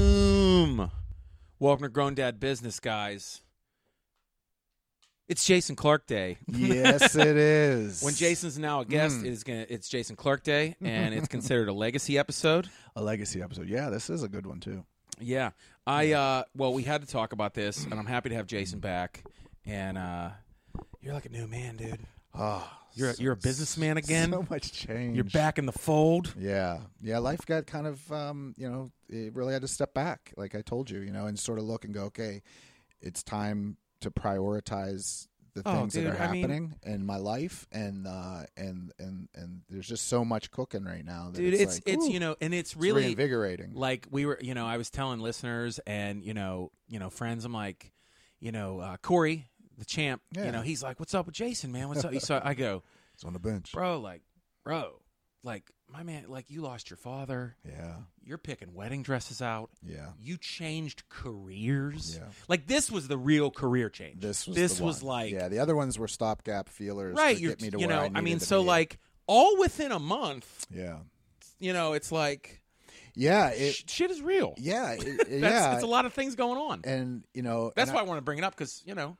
Boom! Welcome to Grown Dad Business, guys. It's Jason Clark Day. yes, it is. When Jason's now a guest, it is gonna it's Jason Clark Day, and it's considered a legacy episode. a legacy episode, yeah, this is a good one too. Yeah, I uh, well, we had to talk about this, and I'm happy to have Jason back. And uh, you're like a new man, dude. Oh, You're a you're a businessman again. so much change. you're back in the fold. Yeah, yeah. Life got kind of, um, you know, it really had to step back, like I told you, you know, and sort of look and go, okay, it's time to prioritize the Oh, things dude, that are I mean- happening in my life, and uh, and and and there's just so much cooking right now, that Dude, it's it's it's, like, ooh, you know, and it's it's really reinvigorating. like we were you know i was telling listeners and you know you know friends i'm like you know uh, corey the champ you Yeah. know he's like what's up with jason man what's up He saw- i go it's on the bench. bro like bro like my man like you lost your father Yeah, you're picking wedding dresses out yeah, you changed careers Yeah. like this was the real career change This was this the was one. like yeah. The other ones were stopgap feelers, to right you're, get me to you where know I, I needed mean to so be. like all within a month yeah, you know it's like yeah, it, sh- shit is real yeah, it- it- That's, yeah. it's a lot of things going on and you know, That's and why I, want to bring it up because you know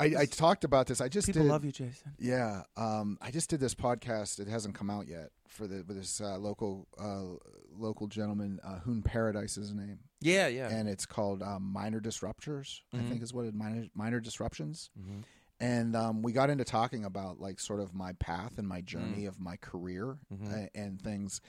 I, I, I talked about this. I just people did, love you, Jason. Yeah, um, I just did this podcast. It hasn't come out yet for the with this uh, local uh, local gentleman, uh, Hoon Paradise is his name, Yeah, yeah. Mm-hmm. and it's called um, Minor Disruptors. I think is what it minor minor disruptions. Mhm. And um, we got into talking about like sort of my path and Mm. my journey of my career Mhm. a- and things.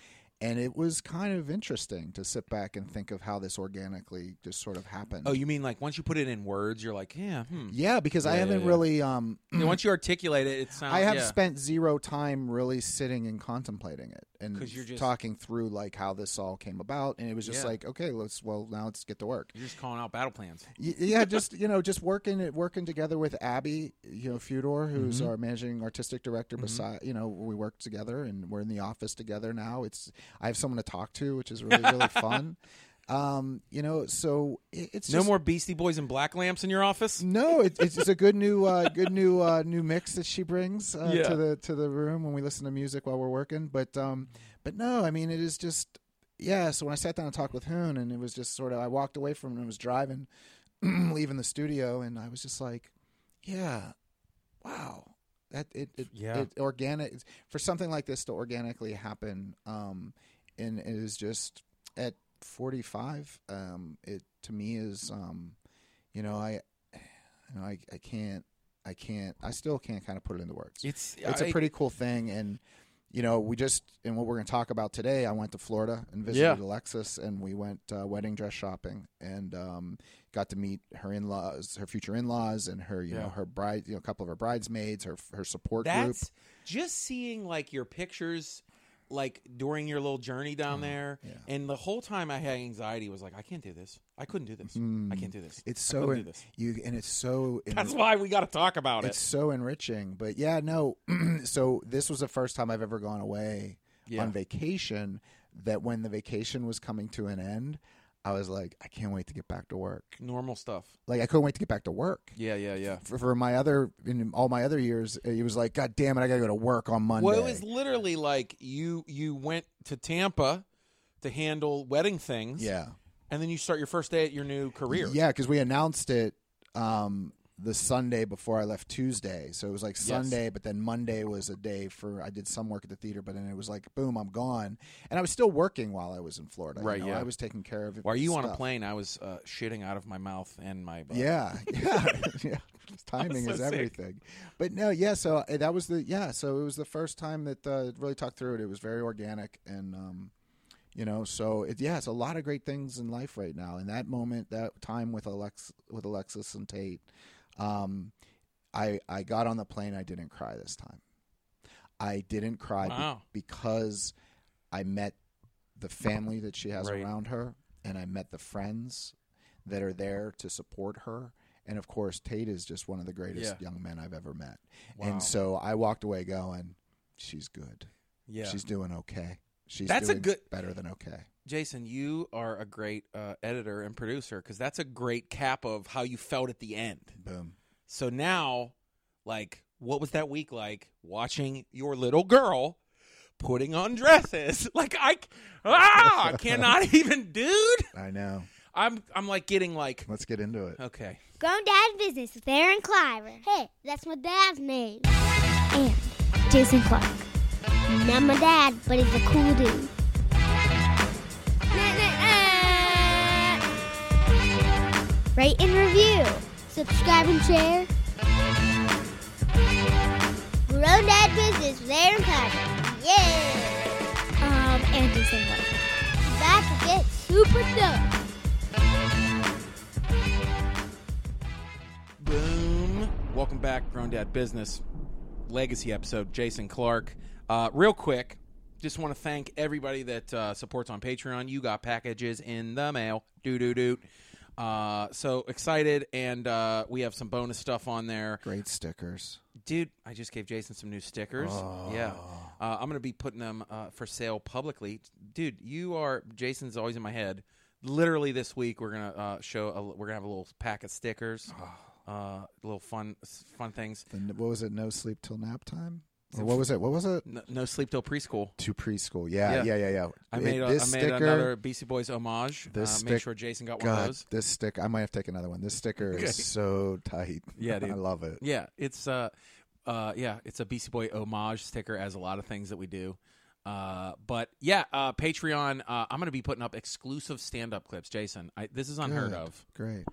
And it was kind of interesting to sit back and think of how this organically just sort of happened. oh, you mean like once you put it in words, you're like, yeah. Hmm. yeah, because I Yeah, yeah, haven't yeah. really um, And once you articulate it, it sounds. I have yeah. spent zero time really sitting and contemplating it and 'Cause you're just- talking through like how this all came about, and it was just Yeah. like, okay, let's well now let's get to work. You're just calling out battle plans. Y- Yeah, just you know, just working it working together with Abby, you know, Fudor, who's our managing artistic director. Beside, you know, we work together and we're in the office together now. It's I have someone to talk to, which is really really fun. Um, you know, so it, it's no just, more Beastie Boys and black lamps in your office. no, it, it's, it's a good new, uh, good new, uh, new mix that she brings uh, Yeah. to the to the room when we listen to music while we're working. But um, but no, I mean it is just yeah. So when I sat down and talked with Hoon, and it was just sort of I walked away from him and was driving, leaving the studio, and I was just like, yeah, wow, that it, it Yeah. it organic for something like this to organically happen. Um, and it is just at 45. Um, it to me is um you know i you know I, I can't i can't i still can't kind of put it into words It's it's a a pretty cool thing and you know we just and what we're going to talk about today i went to florida and visited Yeah. alexis and we went uh, wedding dress shopping and um, got to meet her in-laws her future in-laws and her you Yeah. know her bride you know a couple of her bridesmaids her her support group That's just seeing like your pictures, like during your little journey down there, Mm-hmm. yeah. and the whole time I had anxiety was like, I can't do this. I couldn't do this. I can't do this. Mm. it's I couldn't so do en- this. you and it's so en- That's why we got to talk about it's so enriching but yeah no so this was the first time i've ever gone away it. Yeah. on vacation that when the vacation was coming to an end, I was like, I can't wait to get back to work. Normal stuff. Like I couldn't wait to get back to work. Yeah, yeah, yeah. For, for my other in all my other years, it was like, God damn it, I gotta go to work on Monday. Well, it was literally like you you went to Tampa to handle wedding things, yeah, and then you start your first day at your new career. yeah, because we announced it um, the Sunday before I left Tuesday, so it was like Yes. Sunday, but then Monday was a day for I did some work at the theater, but then it was like, boom, I'm gone, and I was still working while I was in Florida. you Right, know, yeah. I was taking care of. While you on a stuff. plane, I was uh, shitting out of my mouth and my butt. Yeah, yeah, yeah. Timing so is sick. everything. But no, yeah. So uh, that was the yeah. So it was the first time that uh, really talked through it. It was very organic, and um, you know, so it, yeah, it's a lot of great things in life right now. And that moment, that time with Alex, with Alexis and Tate, um, I I got on the plane. I didn't cry this time. I didn't cry be- Wow. because I met the family that she has Right. around her, and I met the friends that are there to support her. And of course, Tate is just one of the greatest Yeah. young men I've ever met. Wow. And so I walked away going, "She's good. yeah. She's doing okay. She's That's a doing good- better than okay." Jason, you are a great uh, editor and producer because that's a great cap of how you felt at the end. Boom. So now, like, what was that week like watching your little girl putting on dresses. Like I, c- ah, I cannot even, dude. I know. I'm I'm like getting like Let's get into it. okay. Granddad Business with Aaron Cliver. Hey, that's my dad's name. And Jason Clark. Not my dad, but he's a cool dude. Nah, nah, nah. Rate and review. Subscribe and share. Granddad Business with Aaron Cliver. Yeah! Um, and Jason Clark. That's get super dope. Boom. Welcome back, Grown Dad Business Legacy episode. Jason Clark. Uh, real quick, just want to thank everybody that uh, supports on Patreon. You got packages in the mail. Doo doo doot. Uh, so excited, and uh, we have some bonus stuff on there, Great stickers. dude. I just gave Jason some new stickers. Yeah, uh, I'm gonna be putting them uh, for sale publicly, dude. You are Jason's always in my head. Literally this week, we're gonna uh, show. A, we're gonna have a little pack of stickers, uh, little fun, fun things. The, n- what was it? No sleep till nap time. Or what was it? What was it? No, no sleep till preschool. To preschool. Yeah. Yeah, yeah, yeah, yeah. I It- made, a, I made this sticker. another Beastie Boys homage. This uh, make stick- sure Jason got one of God, those. this sticker. I might have to take another one. This sticker Okay. is so tight. Yeah, dude. I love it. Yeah, it's uh, uh, yeah, it's a Beastie Boy homage sticker, as a lot of things that we do. Uh, but yeah, uh, Patreon. Uh, I'm gonna be putting up exclusive stand-up clips, Jason. I, this is unheard Good. of. Great.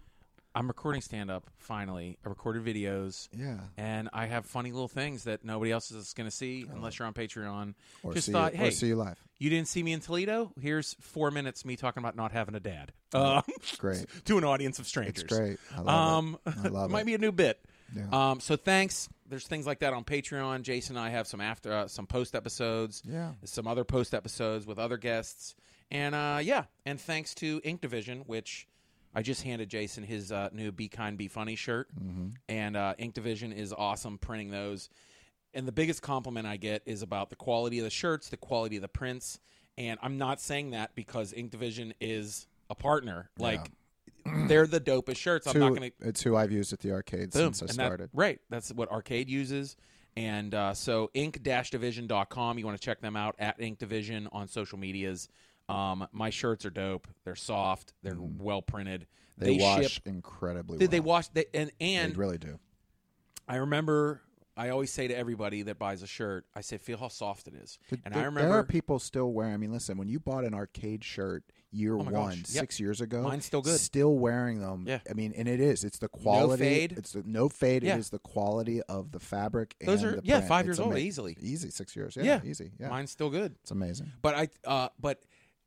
I'm recording stand-up finally. I recorded videos, Yeah. and I have funny little things that nobody else is gonna see unless you're on Patreon. Or Just see thought, you, hey, or see you live. you didn't see me in Toledo. Here's four minutes me talking about not having a dad um, Great. to an audience of strangers. Uh-huh. It's great. I love Um, it. I love might it. be a new bit. Yeah. Um, so thanks. There's things like that on Patreon. Jason and I have some after uh, some post episodes, Yeah. some other post episodes with other guests, and uh, yeah. And thanks to Ink Division, which I just handed Jason his uh, new "Be Kind, Be Funny" shirt, and uh, Ink Division is awesome printing those. And the biggest compliment I get is about the quality of the shirts, the quality of the prints, and I'm not saying that because Ink Division is a partner. Like they're the dopest shirts. I'm Two- not going to It's who I've used at the arcade Boom. since I And that- started. right. That's what Arcade uses. And uh, so ink-division.com. You want to check them out at Ink Division on social medias. Um, my shirts are dope. They're soft. They're well printed. Mm. They, wash ship. incredibly Did they well. wash? They, and They and really do. I remember. I always say to everybody that buys a shirt, I say, feel how soft it is. and I There- remember there are people still wearing. I mean, listen, when you bought an arcade shirt year Oh my one gosh, yep. six years ago, Mine's still good. still wearing them. Yeah. I mean, and it is. It's the quality. fade. It's the no fade. Yeah. It is the quality of the fabric. Those and are- the yeah, print. five It's years old, ama- easily. Easy six years. Yeah, Yeah. easy. Yeah, mine's still good. it's amazing. But I, uh, but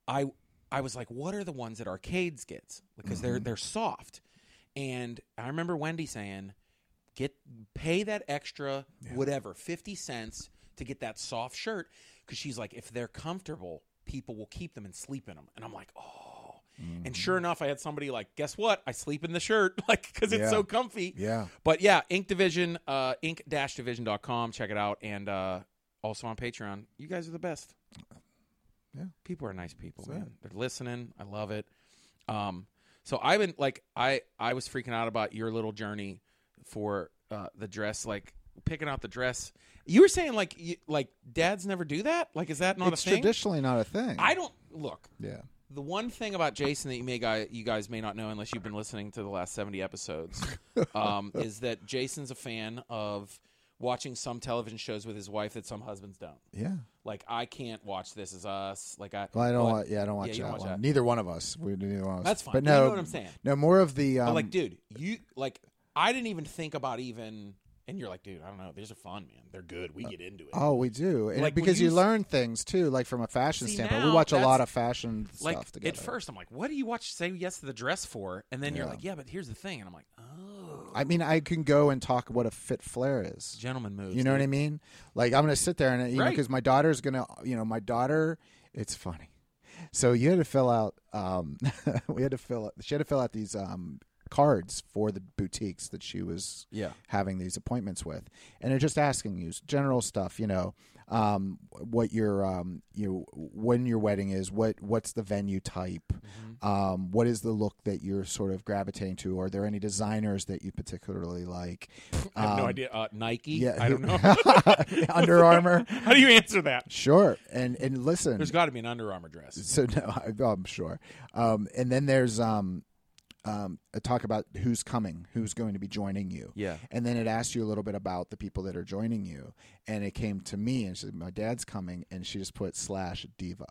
I, I was like, what are the ones that arcades gets? Because they're they're soft. And I remember Wendy saying, get pay that extra whatever fifty cents to get that soft shirt because she's like, if they're comfortable, people will keep them and sleep in them. And I'm like, oh. Mm. And sure enough, I had somebody like, guess what? I sleep in the shirt, like, because it's Yeah. so comfy. Yeah, But yeah, Ink Division, uh, ink-division.com. Check it out. And uh, also on Patreon. You guys are the best. Yeah. People are nice people, That's man. it. They're listening. I love it. Um, so I've been like I I was freaking out about your little journey for uh, the dress, like picking out the dress. You were saying like you, like dads never do that? Like is that not it's a thing? traditionally not a thing. I don't look. Yeah, The one thing about Jason that you may guy, you guys may not know unless you've been listening to the last 70 episodes um, is that Jason's a fan of watching some television shows with his wife that some husbands don't. yeah. Like I can't watch This Is Us. Like I, Well, I don't. but- want, yeah, I don't watch you that don't watch one. that. Neither one of us. We neither one of us. That's fine. But You no, know what I'm saying. No, more of the. Um, But like, dude, you like I didn't even think about even. And you're like, dude, I don't know. These are fun, man. They're good. We get into it. Oh, we do, and Like, when because you you, s- learn things too, like from a fashion See, standpoint. now we watch a that's- lot of fashion like stuff at together. first, I'm like, what do you watch? Say yes to the dress for, and then you're Yeah. like, yeah, but here's the thing, and I'm like, oh, I mean, I can go and talk what a fit flare is. gentleman moves. You know what I mean? Like I'm gonna sit there and you know Right. because my daughter's gonna you know my daughter. It's funny. So you had to fill out. Um, we had to fill. out She had to fill out these um cards for the boutiques that she was Yeah. having these appointments with, and they're just asking you general stuff, you know, um, what your um, you when your wedding is, what what's the venue type, Mm-hmm. um, what is the look that you're sort of gravitating to, are there any designers that you particularly like? I have no Um, idea. Uh, Nike. Yeah, I don't know. Under Armour, How do you answer that? sure, and and listen, There's got to be an Under Armour dress. so no, I, I'm sure. Um, and then there's um, um, a talk about who's coming, who's going to be joining you. Yeah. And then it asked you a little bit about the people that are joining you. And it came to me and she said, My dad's coming. And she just put slash diva.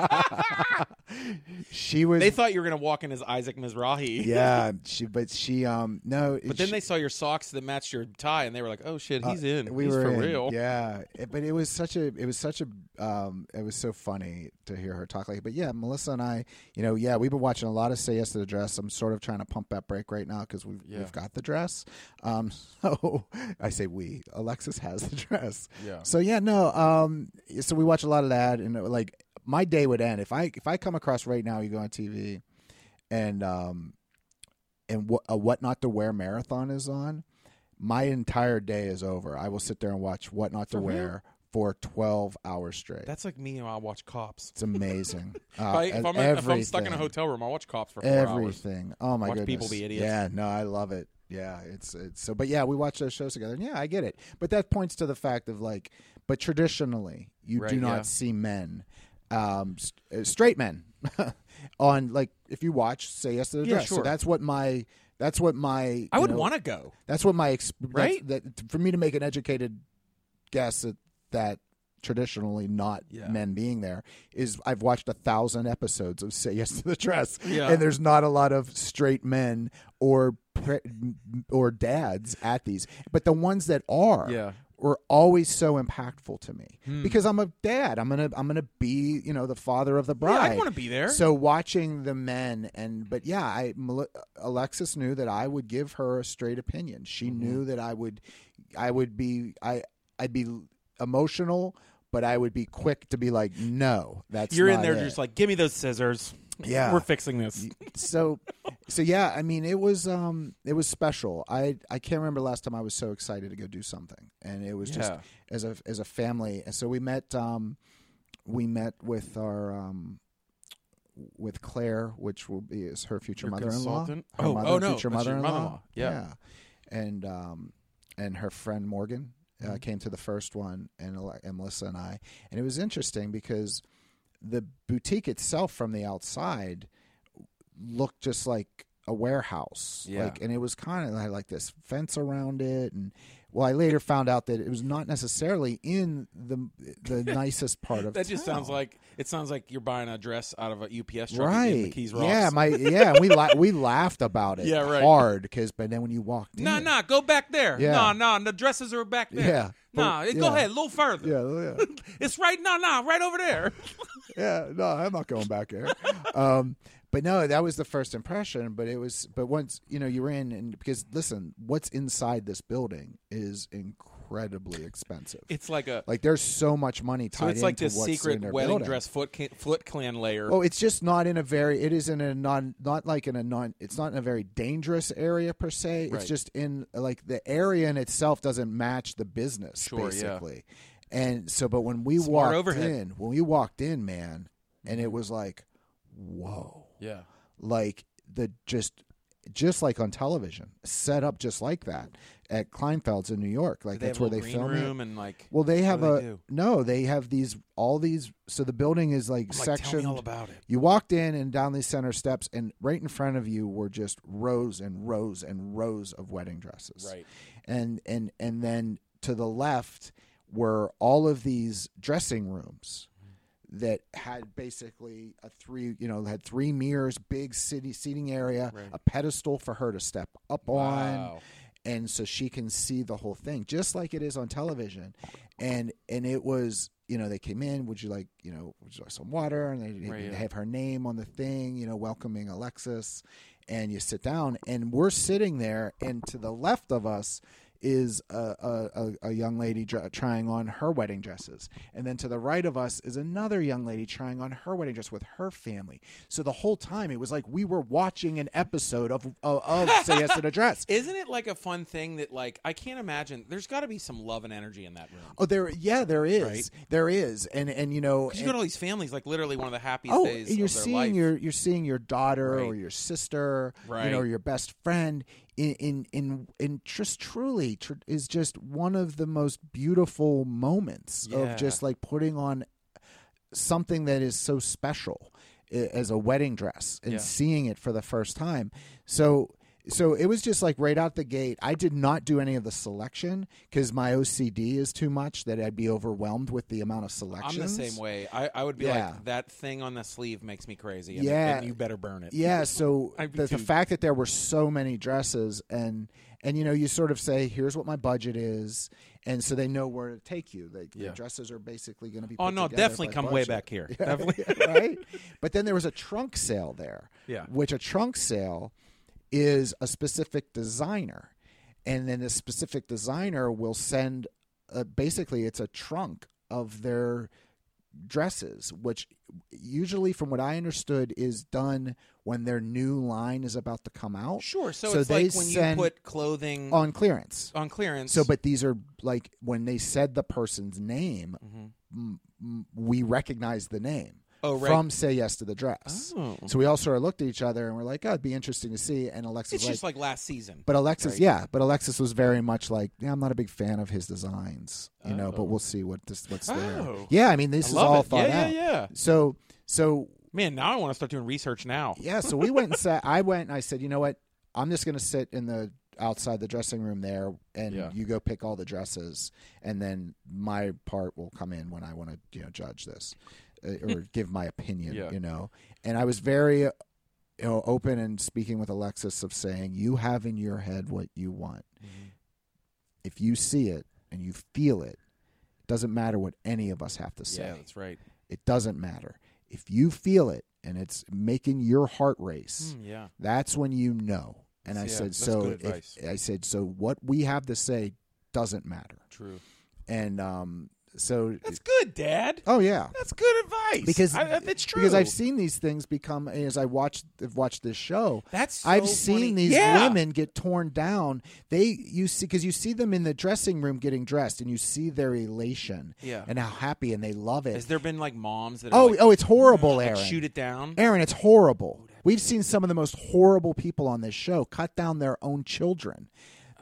she was. They thought you were going to walk in as Isaac Mizrahi. yeah. She, but she, um, no. But then they saw your socks that matched your tie, and they were like, "Oh shit, he's in. Uh, we he's were for in, real." Yeah, It- but it was such a it was such a um it was so funny to hear her talk like. But yeah, Melissa and I, you know, yeah, we've been watching a lot of Say Yes to the Dress. I'm sort of trying to pump that break right now because we've Yeah. we've got the dress. Um, so I say we. Alexis has the dress. Yeah. So yeah, no. Um, so we watch a lot of that, and uh, like my day would end if I if I come across right now, you go on TV, and um, and what a what not to wear marathon is on, my entire day is over. I will sit there and watch what not For to real? wear for twelve hours straight. That's like me. when I watch Cops. it's amazing. If, Uh, I, if, and I'm, if I'm stuck in a everything. hotel room, I watch Cops for four hours. everything. Oh my Watch goodness. people be idiots. Yeah, no, I love it. Yeah, it's it's so but yeah, we watch those shows together. And yeah, I get it. But that points to the fact of like but traditionally you Right, do not yeah. see men um s- uh, straight men on like if you watch say yes to the Yeah, dress. So sure. that's what my that's what my I you would know, want to go. that's what my ex- that's- Right? that, for me to make an educated guess at that traditionally not Yeah. men being there is I've watched a thousand episodes of Say Yes to the Dress, Yeah. and there's not a lot of straight men or pre- or dads at these, but the ones that are Yeah. Hmm. were always so impactful to me because I'm a dad. I'm gonna I'm gonna be you know the father of the Yeah, bride. I'd want to be there. So watching the men and but yeah, I Mel- Alexis knew that I would give her a straight opinion. She Mm-hmm. knew that I would, I would be I I'd be emotional, but I would be quick to be like, no, that's You're in not there it." just like, give me those scissors. Yeah. We're fixing this. so so yeah. I mean, it was um it was special. I I can't remember the last time I was so excited to go do something, and it was just Yeah. as a as a family. And so we met um we met with our um with Claire, which will be is her future Your mother-in-law. consultant? Her Oh, mother, oh, no, future that's your mother-in-law. mother-in-law. Yeah. and um and her friend Morgan uh, Mhm. came to the first one, and, Ale- and Melissa and I, and it was interesting because the boutique itself from the outside looked just like a warehouse Yeah. like and it was kind of had like this fence around it and well i later found out that it was not necessarily in the the nicest part of That just sounds town. like E. it sounds like you're buying a dress out of a UPS truck right in the Keys Rocks. yeah my yeah and we la- we laughed about it Yeah, right. hard because but then when you walked Nah, in nah, go back there. Yeah. Nah, nah, the dresses are back there. Yeah, but- Nah, it- go yeah. ahead, a little further. yeah oh, yeah It's right, nah, nah, right over there. yeah, no, I'm not going back there. um, but no, that was the first impression. But it was, but once you know you're in, and because listen, what's inside this building is incredibly expensive. It's like a. like there's so much money tied. so it's like into this what's secret in their wedding building. dress foot can, foot clan layer. Oh, it's just not in a very. It is in a non, not like in a non. It's not in a very dangerous area per se. Right. It's just in like the area in itself doesn't match the business Sure, yeah. basically. And so, but when we Smart walked overhead. Mm-hmm. in, when we walked in, man, and it was like, whoa, yeah. like the just. Just like on television, set up just like that at Kleinfeld's in New York, like Do they that's have a where little they green film it. room and like. Well, they have do a they do? no. They have these all these. So the building is like I'm like, tell me sectioned. all about it. You walked in and down these center steps, and right in front of you were just rows and rows and rows of wedding dresses. Right. And and and then to the left were all of these dressing rooms that had basically a three, you know, had three mirrors, big city seating area, Right. a pedestal for her to step up on Wow. and so she can see the whole thing just like it is on television and and it was you know they came in would you like you know would you like some water and they, Right, they yeah. have her name on the thing you know welcoming alexis and you sit down and we're sitting there and to the left of us is a, a, a, a young lady dr- trying on her wedding dresses. And then to the right of us is another young lady trying on her wedding dress with her family. So the whole time it was like we were watching an episode of, of, of Say Yes to the Dress. Isn't it like a fun thing that like I can't imagine? There's got to be some love and energy in that room. Oh, there, yeah, there is, Right. there is, and and you know, 'Cause and- you got all these families, like literally one of the happiest oh, days and you're of their seeing life. your you're seeing your daughter or Right. your sister, you Right. know, or your best friend in in in, in just truly tr- is just one of the most beautiful moments Yeah. of just like putting on something that is so special i- as a wedding dress and Yeah. seeing it for the first time. So so it was just like right out the gate. I did not do any of the selection because my OCD is too much that I'd be overwhelmed with the amount I'm of selections. the same way. I, I would be Yeah. like that thing on the sleeve makes me crazy. And, Yeah. and you better burn it. Yeah, so I'd be the, the too. fact that there were so many dresses and and you know you sort of say here's what my budget is and so they know where to take you. Like the Yeah. dresses are basically going to be Oh put no, together definitely by come way budget. back here. Definitely. right? But then there was a trunk sale there. Yeah. Which a trunk sale is a specific designer. And then the specific designer will send uh basically it's a trunk of their dresses, which usually from what I understood is done when their new line is about to come out Sure. So, So it's they like when you send put clothing on, on clearance. clearance. So but these are like when they said the person's name, Mhm. m- m- we recognize the name oh right. from Say Yes to the Dress. Oh. So we all sort of looked at each other and we're like, oh, it'd be interesting to see. And Alexis It's was just like last season. but Alexis, Right. yeah, but Alexis was very much like, yeah, I'm not a big fan of his designs, you know, but Oh. we'll see what this what's there. Oh. Yeah, I mean, this I is love all it. thought yeah, out. Yeah, yeah. So, so Man, now I want to start doing research now. yeah, so we went and sat. I went and I said, you know what? I'm just going to sit in the outside the dressing room there, and Yeah. you go pick all the dresses, and then my part will come in when I want to, you know, judge this uh, or give my opinion, Yeah. you know. And I was very, uh, you know, open and speaking with Alexis of saying, you have in your head what you want. Mm-hmm. If you see it and you feel it, it doesn't matter what any of us have to say. Yeah, that's right. It doesn't matter. If you feel it and it's making your heart race, Mm, yeah. that's when you know. And I Yeah, said, that's so good if- advice. I said, so what we have to say doesn't matter. True. And um, so, That's good, Dad. oh yeah, That's good advice. because I, that's true. Because I've seen these things become as I watched have watched this show. That's so I've seen funny. these Yeah. women get torn down. They you see because you see them in the dressing room getting dressed, and you see their elation, Yeah. and how happy and they love it. Has there been like moms that? Are oh, like, Oh, oh, it's horrible, like, Aaron. shoot it down. Aaron, it's horrible. We've seen some of the most horrible people on this show cut down their own children.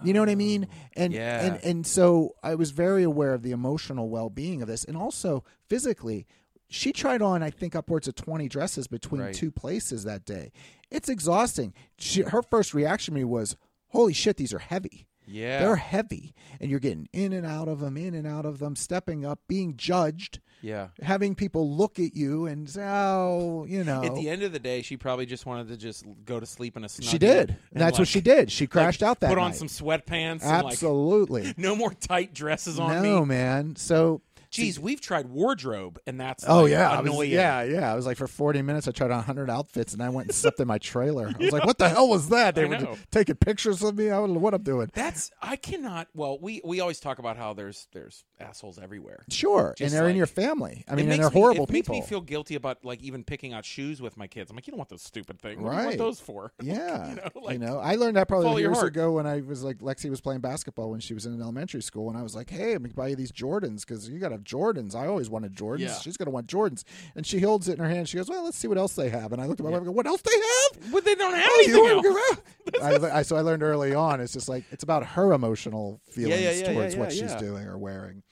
You know what I mean? And Oh, yeah. and and so I was very aware of the emotional well-being of this and also physically she tried on I think upwards of 20 dresses between Right. two places that day. It's exhausting. She, her first reaction to me was, "Holy shit, these are heavy." Yeah. They're heavy and you're getting in and out of them, in and out of them, stepping up, being judged, yeah. having people look at you and say, "Oh, you know." At the end of the day, she probably just wanted to just go to sleep in a snuggie. She did. and, And that's like, what she did. She like, crashed out that Put on night. some sweatpants. And, Absolutely. like, no more tight dresses on no, me. man. So Geez, we've tried wardrobe, and that's Oh like, yeah, I was- annoying. yeah, yeah. I was like for 40 minutes I tried on 100 outfits and I went and slept in my trailer. I was like, "What the hell was that?" They I were know. taking pictures of me. I don't know what I'm doing. That's I cannot. Well, we we always talk about how there's there's assholes everywhere. Sure. Just and they're in like- your family. I It mean, and makes they're me- horrible it people. makes me feel guilty about like even picking out shoes with my kids. I'm like, you don't want those stupid things. What do you Right. want those for? yeah. You know, like, I learned that follow probably your years heart. ago when I was like Lexi was playing basketball when she was in elementary school and I was like, "Hey, I'm going to buy you these Jordans cuz you got to have Jordans. I always wanted Jordans. Yeah. She's going to want Jordans." And she holds it in her hand. She goes, "Well, let's see what else they have." And I looked at my wife and go, "What else they have?" But they don't have Oh, you anything wanna else. go out? I, le- I, so I learned early on. It's just like it's about her emotional feelings yeah, yeah, towards yeah, what she's yeah. doing or wearing.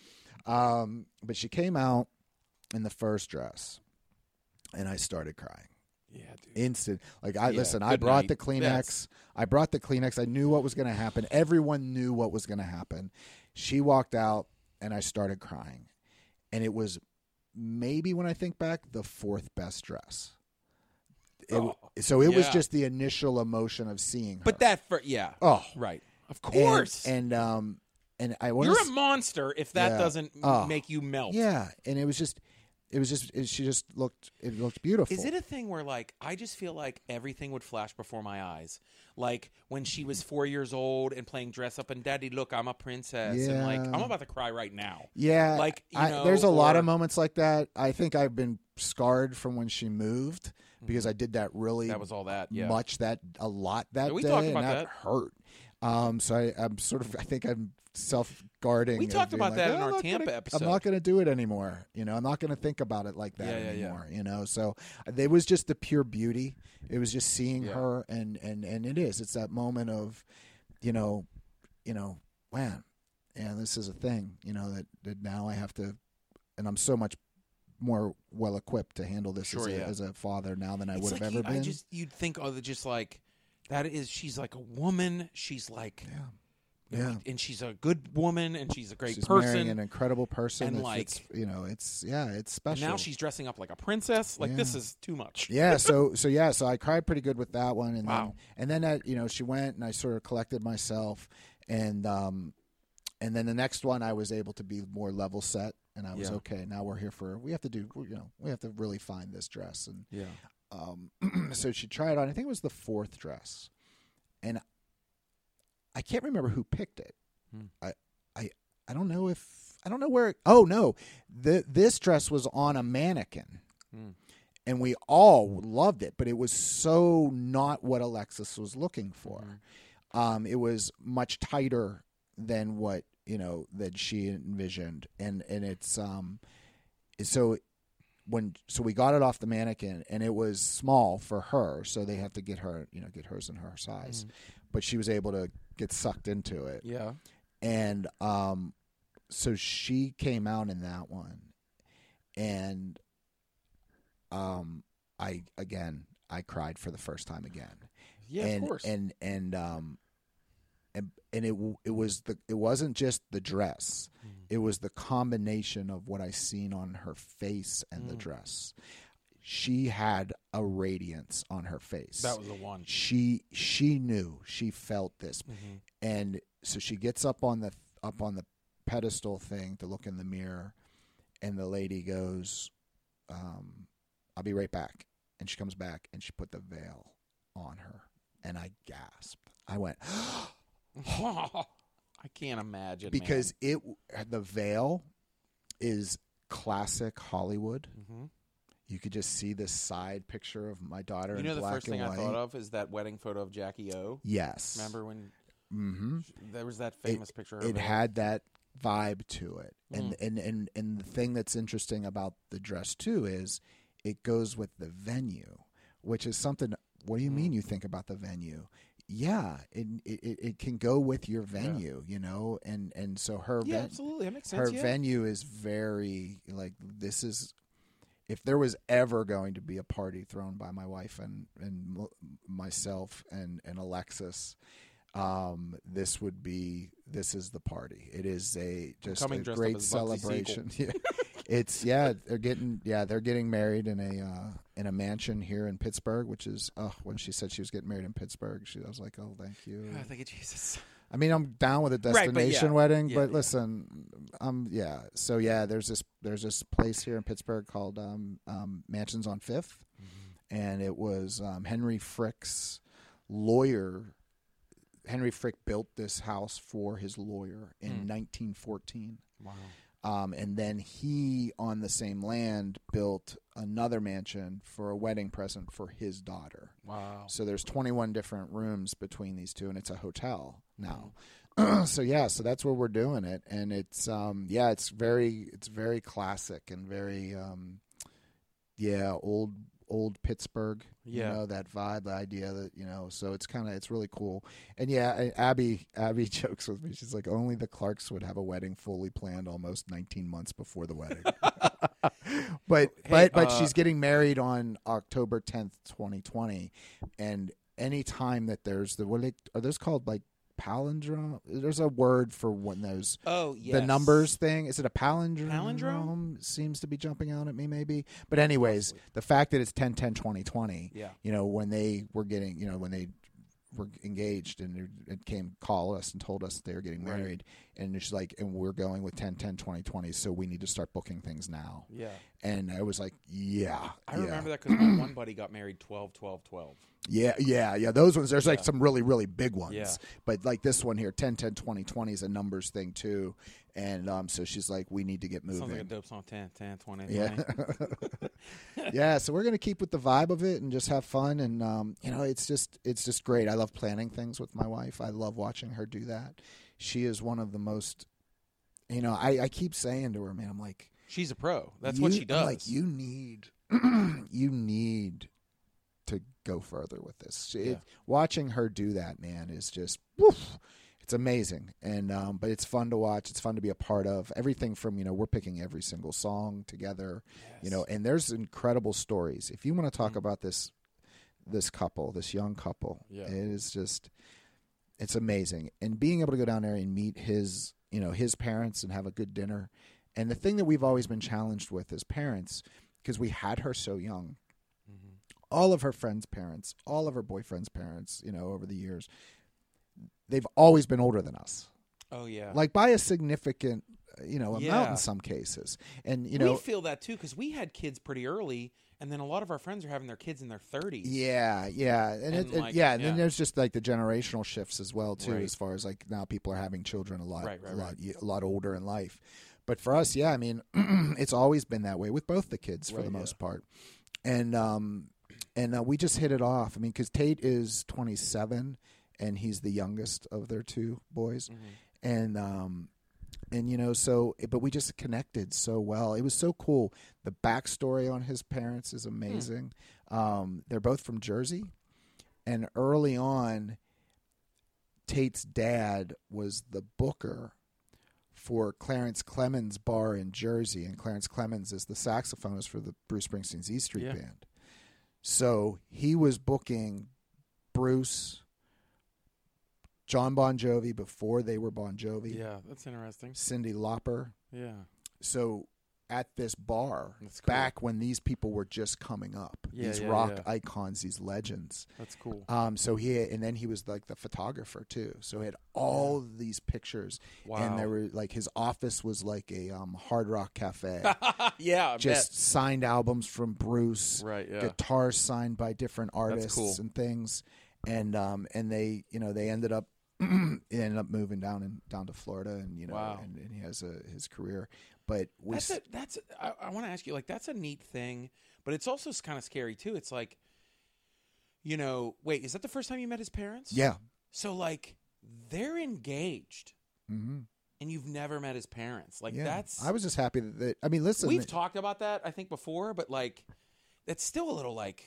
Um, but she came out in the first dress, and I started crying Yeah, dude. instant. Like I Yeah, listen, I good brought night. the Kleenex. That's- I brought the Kleenex. I knew what was going to happen. Everyone knew what was going to happen. She walked out, and I started crying, and it was maybe when I think back the fourth best dress. It- Oh, so it was yeah. just the initial emotion of seeing her. But that for yeah. oh, Right. Of and- course. And, um, and I You're was a monster if that Yeah. doesn't m- Oh. make you melt. yeah, and it was just It was just it, she just looked it looked beautiful. Is it a thing where like I just feel like everything would flash before my eyes? Like when she was four years old and playing dress up and daddy, look, I'm a princess, and like Yeah. I'm about to cry right now. yeah, like, you I, know, there's a lot of or- moments like that. I think I've been scarred from when she moved because I did that really That was all that. Yeah. much that a lot that We day, talked and about that, that. hurt. Um, so I, I'm sort of I think I'm self guarding. We talked about that in our Tampa episode." I'm not going to do it anymore. You know, I'm not going to think about it like that Yeah, yeah, yeah. anymore. You know, so it was just the pure beauty. It was just seeing Yeah. her, and and and it is. It's that moment of, you know, you know, man, yeah, this is a thing. You know that that now I have to, and I'm so much more well equipped to handle this Sure, as, a, yeah. as a father now than I It's would like have ever you, been. I just you'd think oh they're just like that is she's like a woman. She's like yeah. Yeah. and she's a good woman and she's a great she's person. marrying an incredible person. And, It's- like- it's, you know, it's yeah, it's and special. now she's dressing up like a princess. Like this is too much. yeah. So so yeah. So I cried pretty good with that one, and Wow. then and then I, you know she went, and I sort of collected myself, and um, and then the next one I was able to be more level set, and I was Yeah. okay. Now we're here for we have to do you know we have to really find this dress, and Yeah. um, so she tried on. I think it was the fourth dress, and I can't remember who picked it. Hmm. I, I, I don't know if I don't know where. Oh no, the this dress was on a mannequin, Hmm. and we all loved it, but it was so not what Alexis was looking for. Mm-hmm. Um, it was much tighter than what you know that she envisioned, and and it's um, so when so we got it off the mannequin and it was small for her so they have to get her you know get hers in her size but she was able to get sucked into it Yeah. and um so she came out in that one and um i again i cried for the first time again Yeah. and, of course. And and um, and and it w- it was the it wasn't just the dress. Mm. It was the combination of what I seen on her face and Mm. the dress. She had a radiance on her face. that was the one. she she knew she felt this, Mhm. and so she gets up on the up on the pedestal thing to look in the mirror, and the lady goes, um, "I'll be right back." And she comes back and she put the veil on her, and I gasped. I went I can't imagine man. because it the veil is classic Hollywood. Mhm. You could just see this side picture of my daughter. you in know the black first thing and I white. thought of is that wedding photo of Jackie O. Yes, Remember when Mm-hmm. there was that famous picture? Of it her? had that vibe to it and, and and and the thing that's interesting about the dress too is it goes with the venue which is something what do you mean you think about the venue yeah it it, it- it can go with your venue you know and and so her yeah, ven- absolutely. That makes sense. her yeah. venue is very like this is if there was ever going to be a party thrown by my wife and and m- myself and and Alexis um this would be this is the party it is a just coming a dressed up great as Bugsy celebration yeah. it's yeah they're getting yeah they're getting married in a uh, in a mansion here in Pittsburgh which is oh when she said she was getting married in Pittsburgh she I was like oh thank you Oh, thank you, Jesus. I mean, I'm down with a Right, but destination yeah. wedding, Yeah, but yeah. listen, um, yeah. So yeah, there's this there's this place here in Pittsburgh called um, um, Mansions on 5th Mm-hmm. and it was um, Henry Frick's lawyer. Henry Frick built this house for his lawyer in Hmm. 1914. Wow. Um, and then he, on the same land, built another mansion for a wedding present for his daughter. Wow. So there's 21 different rooms between these two, and it's a hotel now. Mm. so yeah, so that's where we're doing it, and it's um yeah, it's very it's very classic and very um yeah old old Pittsburgh. Yeah. you know that vibe, the idea that you know. So it's kind of it's really cool, and yeah, I- Abby Abby jokes with me. She's like, only the Clarks would have a wedding fully planned almost 19 months before the wedding. but but but uh, she's getting married on October 10th, 2020, and any time that there's the what are, they, are those called like palindrome? There's a word for when those Oh yes. the numbers thing. Is it a palindrome? Palindrome? seems to be jumping out at me maybe. But anyways, the fact that it's 10 10 20 20. Yeah. You know, when they were getting, you know, when they were engaged and it came call us and told us they were getting Right. married and she's like and we're going with 10 10 20 20 so we need to start booking things now Yeah. and I was like, yeah, I yeah, remember that because my one buddy got married 12, 12, 12. yeah, yeah, yeah. Those ones, there's like some really, really big ones, Yeah. but like this one here, 10, 10, 20, 20 is a numbers thing too, and um, so she's like, we need to get Sounds like a moving. dope song. 10, 10, 20, Yeah. 20. yeah, so we're gonna keep with the vibe of it and just have fun, and um, you know, it's just it's just great. I love planning things with my wife. I love watching her do that. She is one of the most, you know, I, I keep saying to her, man, I'm like, She's a pro. That's what you- she does. I'm like you need, you need to go further with this. She- Yeah. watching her do that, man, is just, woof, it's amazing. And um, but it's fun to watch. It's fun to be a part of. Everything from you know we're picking every single song together. You know, and there's incredible stories. If you want to Mm. talk about this, this couple, this young couple, Yeah. it is just, it's amazing. And being able to go down there and meet his, you know, his parents and have a good dinner. And the thing that we've always been challenged with as parents, because we had her so young, Mm-hmm. all of her friends' parents, all of her boyfriend's parents, you know, over the years, they've always been older than us, Oh, yeah. like by a significant, uh, you know, amount Yeah. in some cases. And you know, we feel that too because we had kids pretty early, and then a lot of our friends are having their kids in their 30s. Yeah, yeah, and, it, And, it- like, yeah, and then yeah. there's just like the generational shifts as well too, Right. as far as like now people are having children a lot, Right, right, a lot, a lot older in life. But for us, yeah, I mean, it's always been that way with both the kids for Right, the yeah. most part, and um, and uh, we just hit it off. I mean, because Tate is 27 and he's the youngest of their two boys, Mm-hmm. and um, and you know so but we just connected so well it was so cool the backstory on his parents Hmm. is amazing um, they're both from jersey and early on tate's dad was the booker for clarence clemens bar in jersey and clarence clemens is the saxophonist for the bruce springsteen's e street Yeah. band so he was booking bruce john bon jovi before they were bon jovi Yeah, that's interesting. Cindy Lauper. Yeah. So at this bar, That's cool. back when these people were just coming up, Yeah, these yeah, rock yeah. icons, these legends. That's cool. Um, so he and then he was like the photographer too. So he had all these pictures, Wow. and there were like his office was like a um, hard rock cafe. yeah, I just signed albums from Bruce, bet. right. Yeah. guitars signed by different artists cool. and things, and um, and they you know they ended up they ended up moving down and down to Florida, and you know, Wow. and, and he has a his career, but we that's s- a, that's a, I, I want to ask you like that's a neat thing, but it's also kind of scary too. It's like, you know, wait, is that the first time you met his parents? yeah, So like they're engaged, hmm and you've never met his parents. Like yeah. that's I was just happy that, that I mean, listen, we've that- talked about that I think before, but like that's still a little like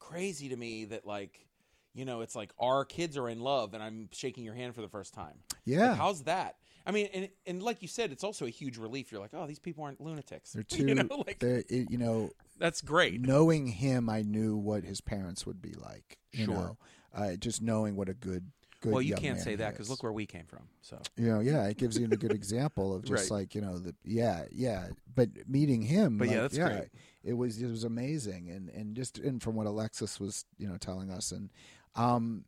crazy to me that like you know it's like our kids are in love and I'm shaking your hand for the first time. yeah, Like, how's that? I mean, and and like you said, it's also a huge relief. You're like, oh, these people aren't lunatics. they're You two, know, like, they're, it, you know, that's great. knowing him, I knew what his parents would be like, you Sure. know, uh, just knowing what a good. Good Well, you young can't man say he that because is. look where we came from. So you know yeah it gives you a good example of just Right. like you know the yeah yeah but meeting him But yeah, like, that's great. it was it was amazing and and just and from what alexis was you know telling us and um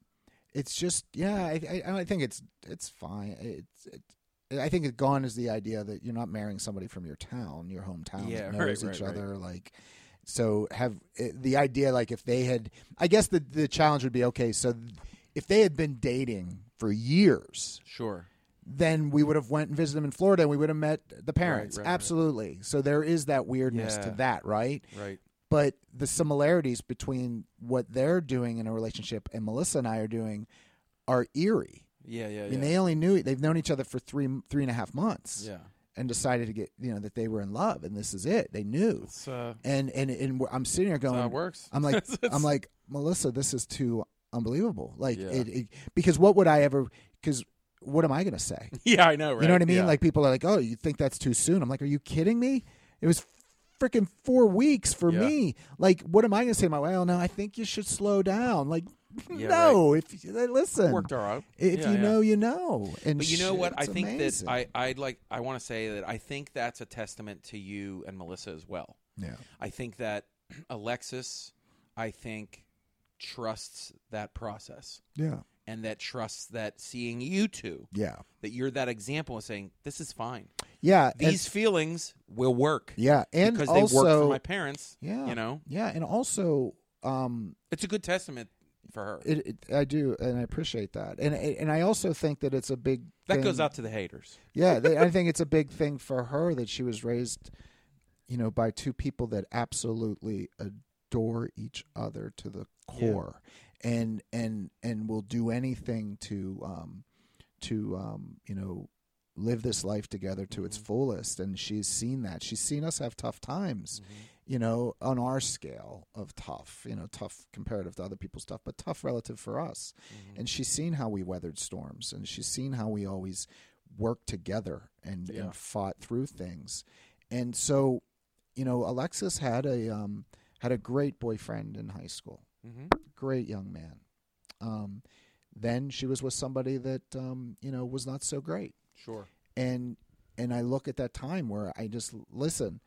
it's just yeah i i, and I think it's it's fine it's it, I think it gone is the idea that you're not marrying somebody from your town, your hometown Yeah, that knows right, each right, right. other. Like, so have it, the idea like if they had, I guess the the challenge would be okay. So if they had been dating for years, sure, then we would have went and visited them in Florida and we would have met the parents. right, right. Absolutely. So there is that weirdness to Yeah. that, right? right, But the similarities between what they're doing in a relationship and Melissa and I are doing are eerie. yeah, yeah, I yeah, mean, they only knew they've known each other for three three and a half months, yeah. and decided to get you know that they were in love and this is it. They knew, It's uh, and and and we're- I'm sitting here that's going, how it works. I'm like, It's- I'm like, Melissa, this is too unbelievable. Like, Yeah. it, it because what would I ever? Because what am I going to say? yeah, I know, right? You know what I mean? Yeah. Like people are like, "Oh, you think that's too soon?" I'm like, "Are you kidding me? It was freaking four weeks for Yeah. me. Like, what am I gonna say? My well, no, I think you should slow down. Like, Yeah, no, if you listen, worked all right. if Yeah, you yeah. know, you know. And But you know shit, what? I it's think amazing. that I, I'd like. I want to say that I think that's a testament to you and Melissa as well. yeah, I think that Alexis, I think, trusts that process yeah, and that trusts that seeing you two, yeah, that you're that example of saying this is fine. yeah, and- These feelings will work. yeah, and because they also, worked for my parents. yeah, You know, yeah, and also, um, it's a good testament for her. it, it I do, and I appreciate that, and and I also think that it's a big that thing- goes out to the haters. yeah, they, I think it's a big thing for her that she was raised, you know, by two people that absolutely adore each other to the Yeah. core, and and and will do anything to, um, to um, you know, live this life together to its fullest. And she's seen that. She's seen us have tough times, Mm-hmm. you know, on our scale of tough, you know, tough comparative to other people's tough, but tough relative for us. Mm-hmm. And she's seen how we weathered storms, and she's seen how we always worked together and, Yeah. and fought through things. And so, you know, Alexis had a um, had a great boyfriend in high school, Mm-hmm. great young man. Um, then she was with somebody that um, you know was not so great, Sure. and and I look at that time where I just listen.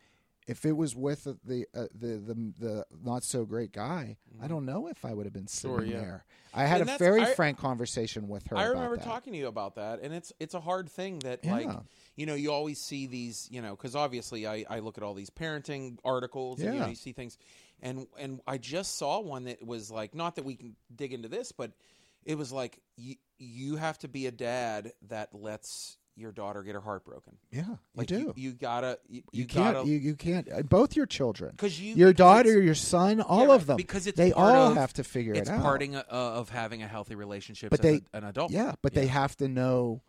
If it was with the uh, the, the the not so great guy, I don't know if I would have been sitting Mm-hmm. Sure, yeah. there. I had And a that's- very I- frank conversation with her. I about remember that. talking to you about that, and it's it's a hard thing that like Yeah. you know you always see these you know because obviously I, I look at all these parenting articles and you, know, Yeah. you see things, and and I just saw one that was like not that we can dig into this, but it was like you you have to be a dad that lets your daughter get her heart broken. Yeah, Like you do. You, gotta you, You, you can't. gotta you, you can't. uh, Both your children, because you your it's- daughter, your son, all right, of them. because it's they part all of- have to figure it's it out. parting uh, of having a healthy relationship But as a- they- an adult. Yeah, but they have to know.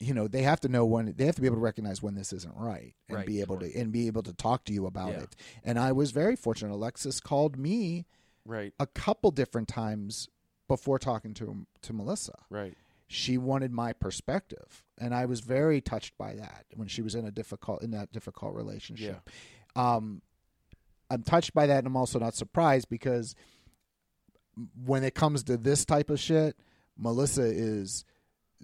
You know, they have to know when they have to be able to recognize when this isn't right, and Right, be able sure. to and be able to talk to you about Yeah. it. And I was very fortunate. Alexis called me right a couple different times before talking to to Melissa. right she wanted my perspective and i was very touched by that when she was in a difficult in that difficult relationship um i'm touched by that and i'm also not surprised because when it comes to this type of shit melissa is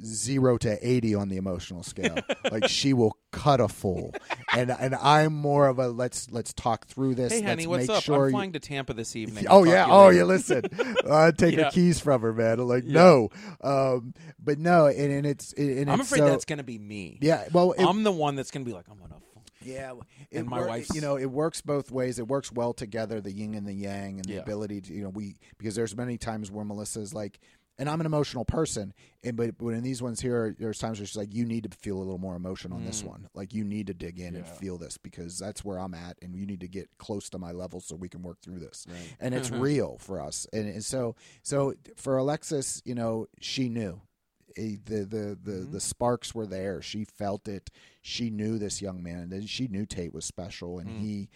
zero to 80 on the emotional scale like she will cut a fool and and i'm more of a let's let's talk through this Hey, let's honey, what's make up? sure I'm you- flying to Tampa this evening. Oh I'll talk yeah, to you oh later. yeah. Listen, uh, take Yeah. her keys from her, man. I'm like Yeah. no, um, but no, and, and it's and and I'm it's afraid so- that's going to be me. yeah. Well, it, I'm the one that's going to be like, I'm going to. yeah, and my wife's- you know, it works both ways. It works well together, the yin and the yang, and Yeah. the ability to you know we because there's many times where Melissa's like. And I'm an emotional person, and but when in these ones here, there's times where she's like, "You need to feel a little more emotion on this one. Like, you need to dig in and Mm. Yeah. feel this because that's where I'm at, and you need to get close to my level so we can work through this." and it's real for us. And, and so, so for Alexis, you know, she knew Eh, the the the, Mm-hmm. the sparks were there. She felt it. She knew this young man, and then she knew Tate was special, Mm. and he.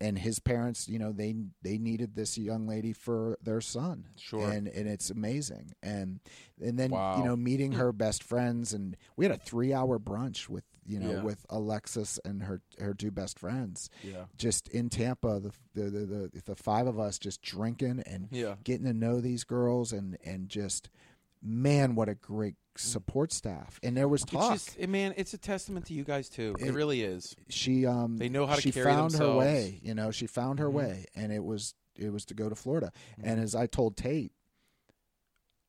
And his parents, you know, they they needed this young lady for their son, Sure. and and it's amazing. And and then Wow. Hmm. you know, meeting her best friends, and we had a three hour brunch with you know Yeah. with Alexis and her her two best friends, Yeah. just in Tampa, the the the, the, the five of us just drinking and Yeah. getting to know these girls, and and just man, what a great support staff. And there was It's talk. just, eh, man, it's a testament to you guys too. It, It- really is. she um They know how to she carry found her themselves. Mm-hmm. way. You know, she found her way, and it was it was to go to Florida. And as I told Tate,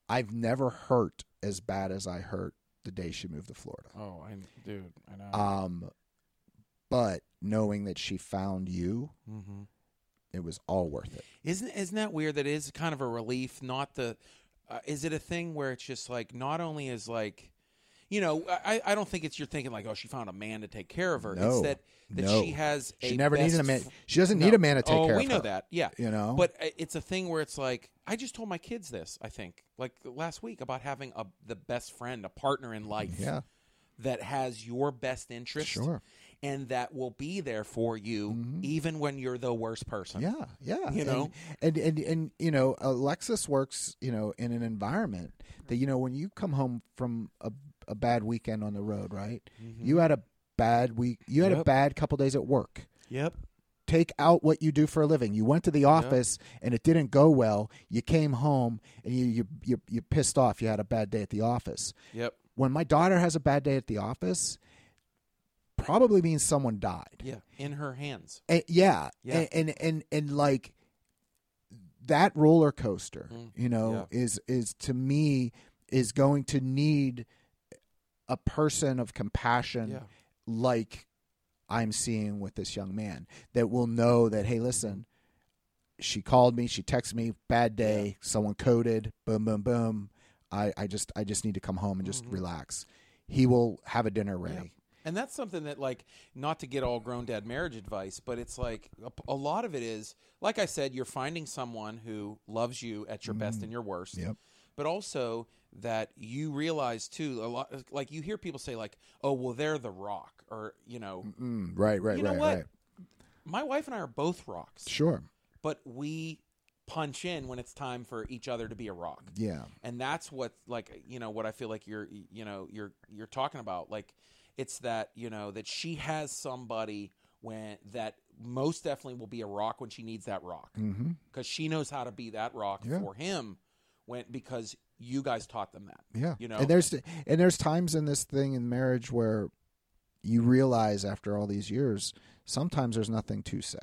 I've never hurt as bad as I hurt the day she moved to Florida. Oh, I dude, I know. Um, but knowing that she found you, mm-hmm. it was all worth it. Isn't isn't that weird? That it is kind of a relief. Not the. Uh, is it a thing where it's just like not only is like, you know, I I don't think it's you're thinking like, oh, she found a man to take care of her. No. It's that that No. she has. She a never best needed a man. fr- She doesn't No. need a man to take oh, care we of know her, that. Yeah. You know, But i- it's a thing where it's like I just told my kids this. I think like last week about having a the best friend, a partner in life, yeah, that has your best interest, Sure. Mm-hmm. and that will be there for you even when you're the worst person. yeah, yeah. You know? and and, and and you know, Alexis works, you know, in an environment that you know when you come home from a, a bad weekend on the road, right? Mm-hmm. You had a bad week. You had a Yep. bad couple days at work. Yep. take out what you do for a living. You went to the office and it didn't go well. You came home and you you you you pissed off. You had a bad day at the office. Yep. When my daughter has a bad day at the office, probably means someone died. Yeah. In her hands. And- yeah, Yeah. And, and and and like that roller coaster, Mm, you know, is is to me is going to need a person of compassion Yeah. like I'm seeing with this young man that will know that, hey, listen, Mm-hmm. she called me, she texted me, bad day, someone coded, boom, boom, boom. I, I just I just need to come home and Mm-hmm. just relax. He will have a dinner ready. And that's something that, like, not to get all grown dad marriage advice, but it's like a, a lot of it is, like I said, you're finding someone who loves you at your best and your worst. Mm. Yep. But also that you realize, too, a lot, like, you hear people say, like, oh, well, they're the rock, or, you know, Mm, right, right, you know right, what? right. My wife and I are both rocks, Sure. but we punch in when it's time for each other to be a rock. Yeah. and that's what like you know what i feel like you're you know you're you're talking about like it's that you know that she has somebody when that most definitely will be a rock when she needs that rock Mm-hmm. because she knows how to be that rock Yeah. for him when because you guys taught them that Yeah. You know? And there's and there's times in this thing in marriage where you realize after all these years, sometimes there's nothing to say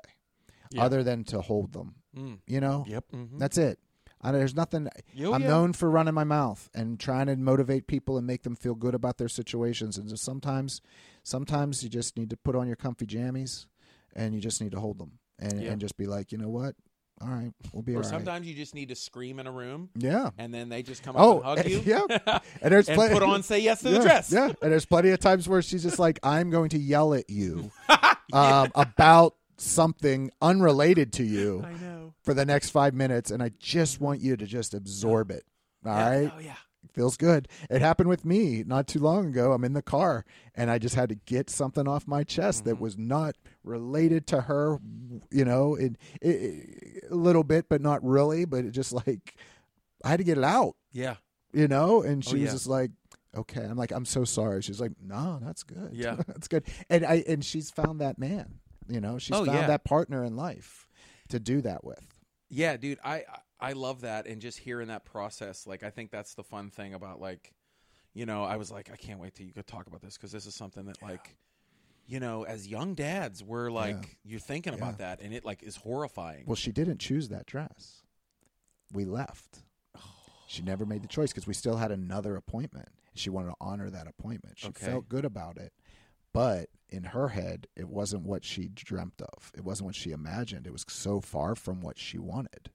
Yeah. other than to hold them. Mm. You know? yep mm-hmm. That's it. I, there's nothing. Yo, I'm Oh, yeah. known for running my mouth and trying to motivate people and make them feel good about their situations. And just sometimes, sometimes you just need to put on your comfy jammies, and you just need to hold them and, Yeah. and just be like, you know what? All right, we'll be or all right. sometimes you just need to scream in a room yeah. and then they just come up Oh, and hug you yeah. And there's and plenty- put on say yes to yeah, the dress Yeah, and there's plenty of times where she's just like, "I'm going to yell at you um, about something unrelated to you i know for the next five minutes, and I just want you to just absorb it." All Yeah. right, oh yeah feels good. It happened with me not too long ago. I'm in the car, and I just had to get something off my chest Mm-hmm. that was not related to her, you know, it, it, a little bit, but not really. But it just like I had to get it out yeah you know and she Oh, was yeah. just like okay i'm like i'm so sorry she's like no that's good Yeah. that's good and i and she's found that man you know she's Oh, found yeah. that partner in life to do that with Yeah, dude, I I I love that and just hearing that process. Like, I think that's the fun thing about like, you know, I was like, I can't wait till you could talk about this because this is something that like, you know, as young dads, we're like, you're thinking about that, and it like is horrifying. well she didn't choose that dress we left she never made Oh. the choice because we still had another appointment she wanted to honor that appointment she Okay. felt good about it but in her head it wasn't what she dreamt of it wasn't what she imagined it was so far from what she wanted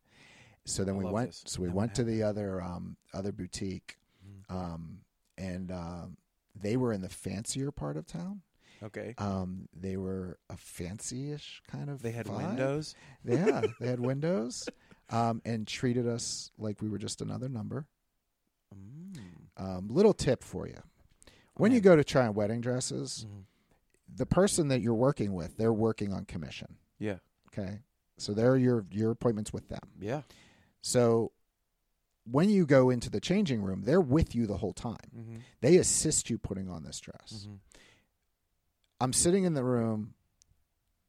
so then I we love went this. so we I'm went to the other um other boutique Mm. um and um they were in the fancier part of town okay, um they were a fancy-ish kind of they had vibe. windows. yeah they had windows um and treated us like we were just another number Mm. um, little tip for you when you go to try on wedding dresses Mhm. the person that you're working with they're working on commission Yeah, okay so they're your your appointments with them yeah, so when you go into the changing room they're with you the whole time mm-hmm. they assist you putting on this dress i'm sitting in the room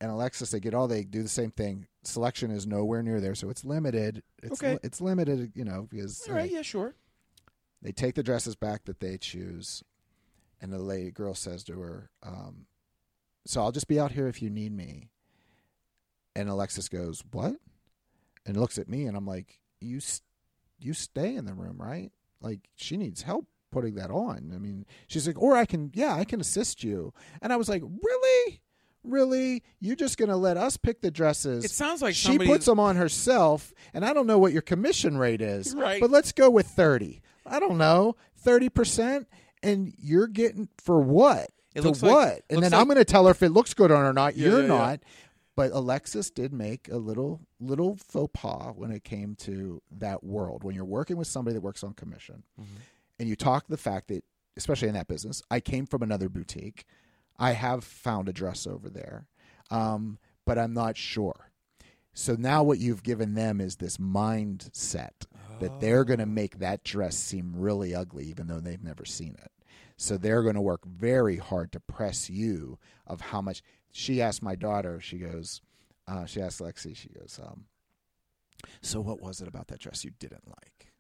and alexis they get all they do the same thing selection is nowhere near there so it's limited it's, Okay. it's limited you know because all right, yeah, sure. they take the dresses back that they choose, and the lady girl says to her, um, "So I'll just be out here if you need me." And Alexis goes, "What?" And looks at me, and I'm like, "You, s- you stay in the room, right? Like she needs help putting that on. I mean, she's like, or I can, yeah, I can assist you." And I was like, "Really?" Really, you're just gonna let us pick the dresses? It sounds like she somebody- puts them on herself, and I don't know what your commission rate is, Right. But let's go with 30 i don't know 30% and you're getting for what It to looks what like- and looks then i'm like- going to tell her if it looks good on her or not Yeah, you're yeah, yeah. not but alexis did make a little little faux pas when it came to that world when you're working with somebody that works on commission Mm-hmm. and you talk the fact that especially in that business i came from another boutique i have found a dress over there um, but i'm not sure so now what you've given them is this mindset that they're going to make that dress seem really ugly, even though they've never seen it. So they're going to work very hard to press you of how much. She asked my daughter. She goes, uh, she asked Lexi. She goes, um, so what was it about that dress you didn't like?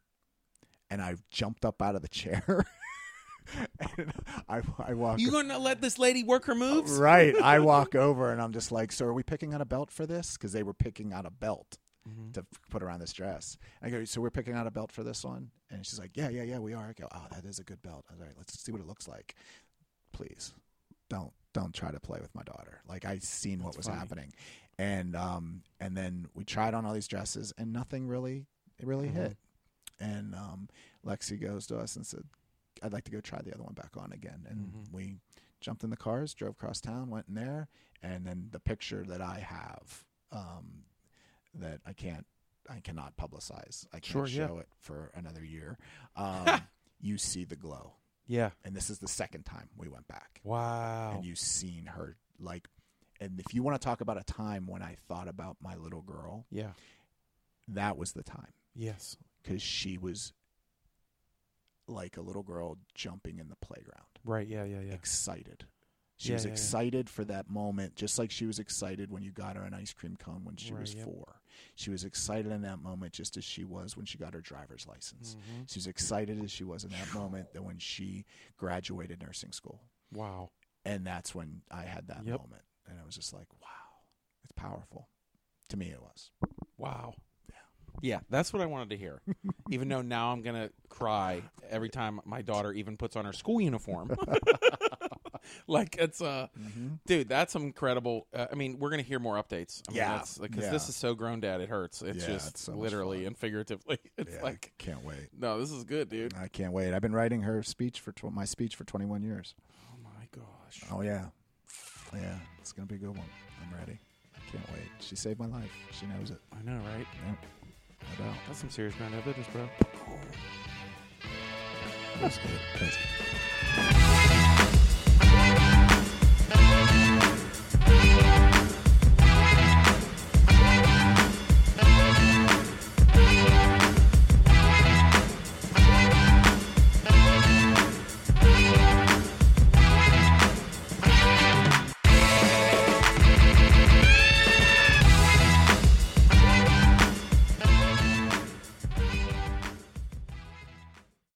And I jumped up out of the chair. and I, I walked. You gonna let this lady work her moves? Right. I walk over and I'm just like, so are we picking out a belt for this? Because they were picking out a belt Mm-hmm. to f- put around this dress. I go, so we're picking out a belt for this one? And she's like, yeah, yeah, yeah, we are. I go, oh, that is a good belt. All right, let's see what it looks like. please don't don't try to play with my daughter. Like I seen what That's was funny. happening, and um and then we tried on all these dresses and nothing really it really Mhm. hit. And um, Lexi goes to us and said, "I'd like to go try the other one back on again." And Mhm. we jumped in the cars, drove across town, went in there, and then the picture that I have um, that I can't. I cannot publicize. I Sure, can't yeah. show it for another year. Um, you see the glow, Yeah. and this is the second time we went back Wow. and you've seen her like and if you want to talk about a time when i thought about my little girl yeah. that was the time Yes. because she was like a little girl jumping in the playground Right. Yeah. Yeah. Yeah. excited she Yeah, was yeah, yeah. excited for that moment just like she was excited when you got her an ice cream cone when she Right, was yep. four she was excited in that moment just as she was when she got her driver's license Mhm. she was excited as she was in that moment that when she graduated nursing school Wow. and that's when I had that Yep. moment, and I was just like, "Wow, it's powerful." To me, it was. Wow. Yeah, that's what I wanted to hear. even though now I'm gonna cry every time my daughter even puts on her school uniform. like it's uh Mm-hmm. dude, that's incredible. Uh, I mean, we're gonna hear more updates. I mean, Yeah. because Yeah. this is so grown dad, it hurts. It's Yeah, just it's so much literally fun. and figuratively. It's Yeah, like, I can't wait. no, this is good, dude. I can't wait. I've been writing her speech for tw- my speech for 21 years. Oh my gosh. Oh yeah, yeah, it's gonna be a good one. I'm ready. I can't wait. She saved my life. She knows it. I know, right? Yep. No doubt. That's some serious grown dad business, bro. That's good. That's good.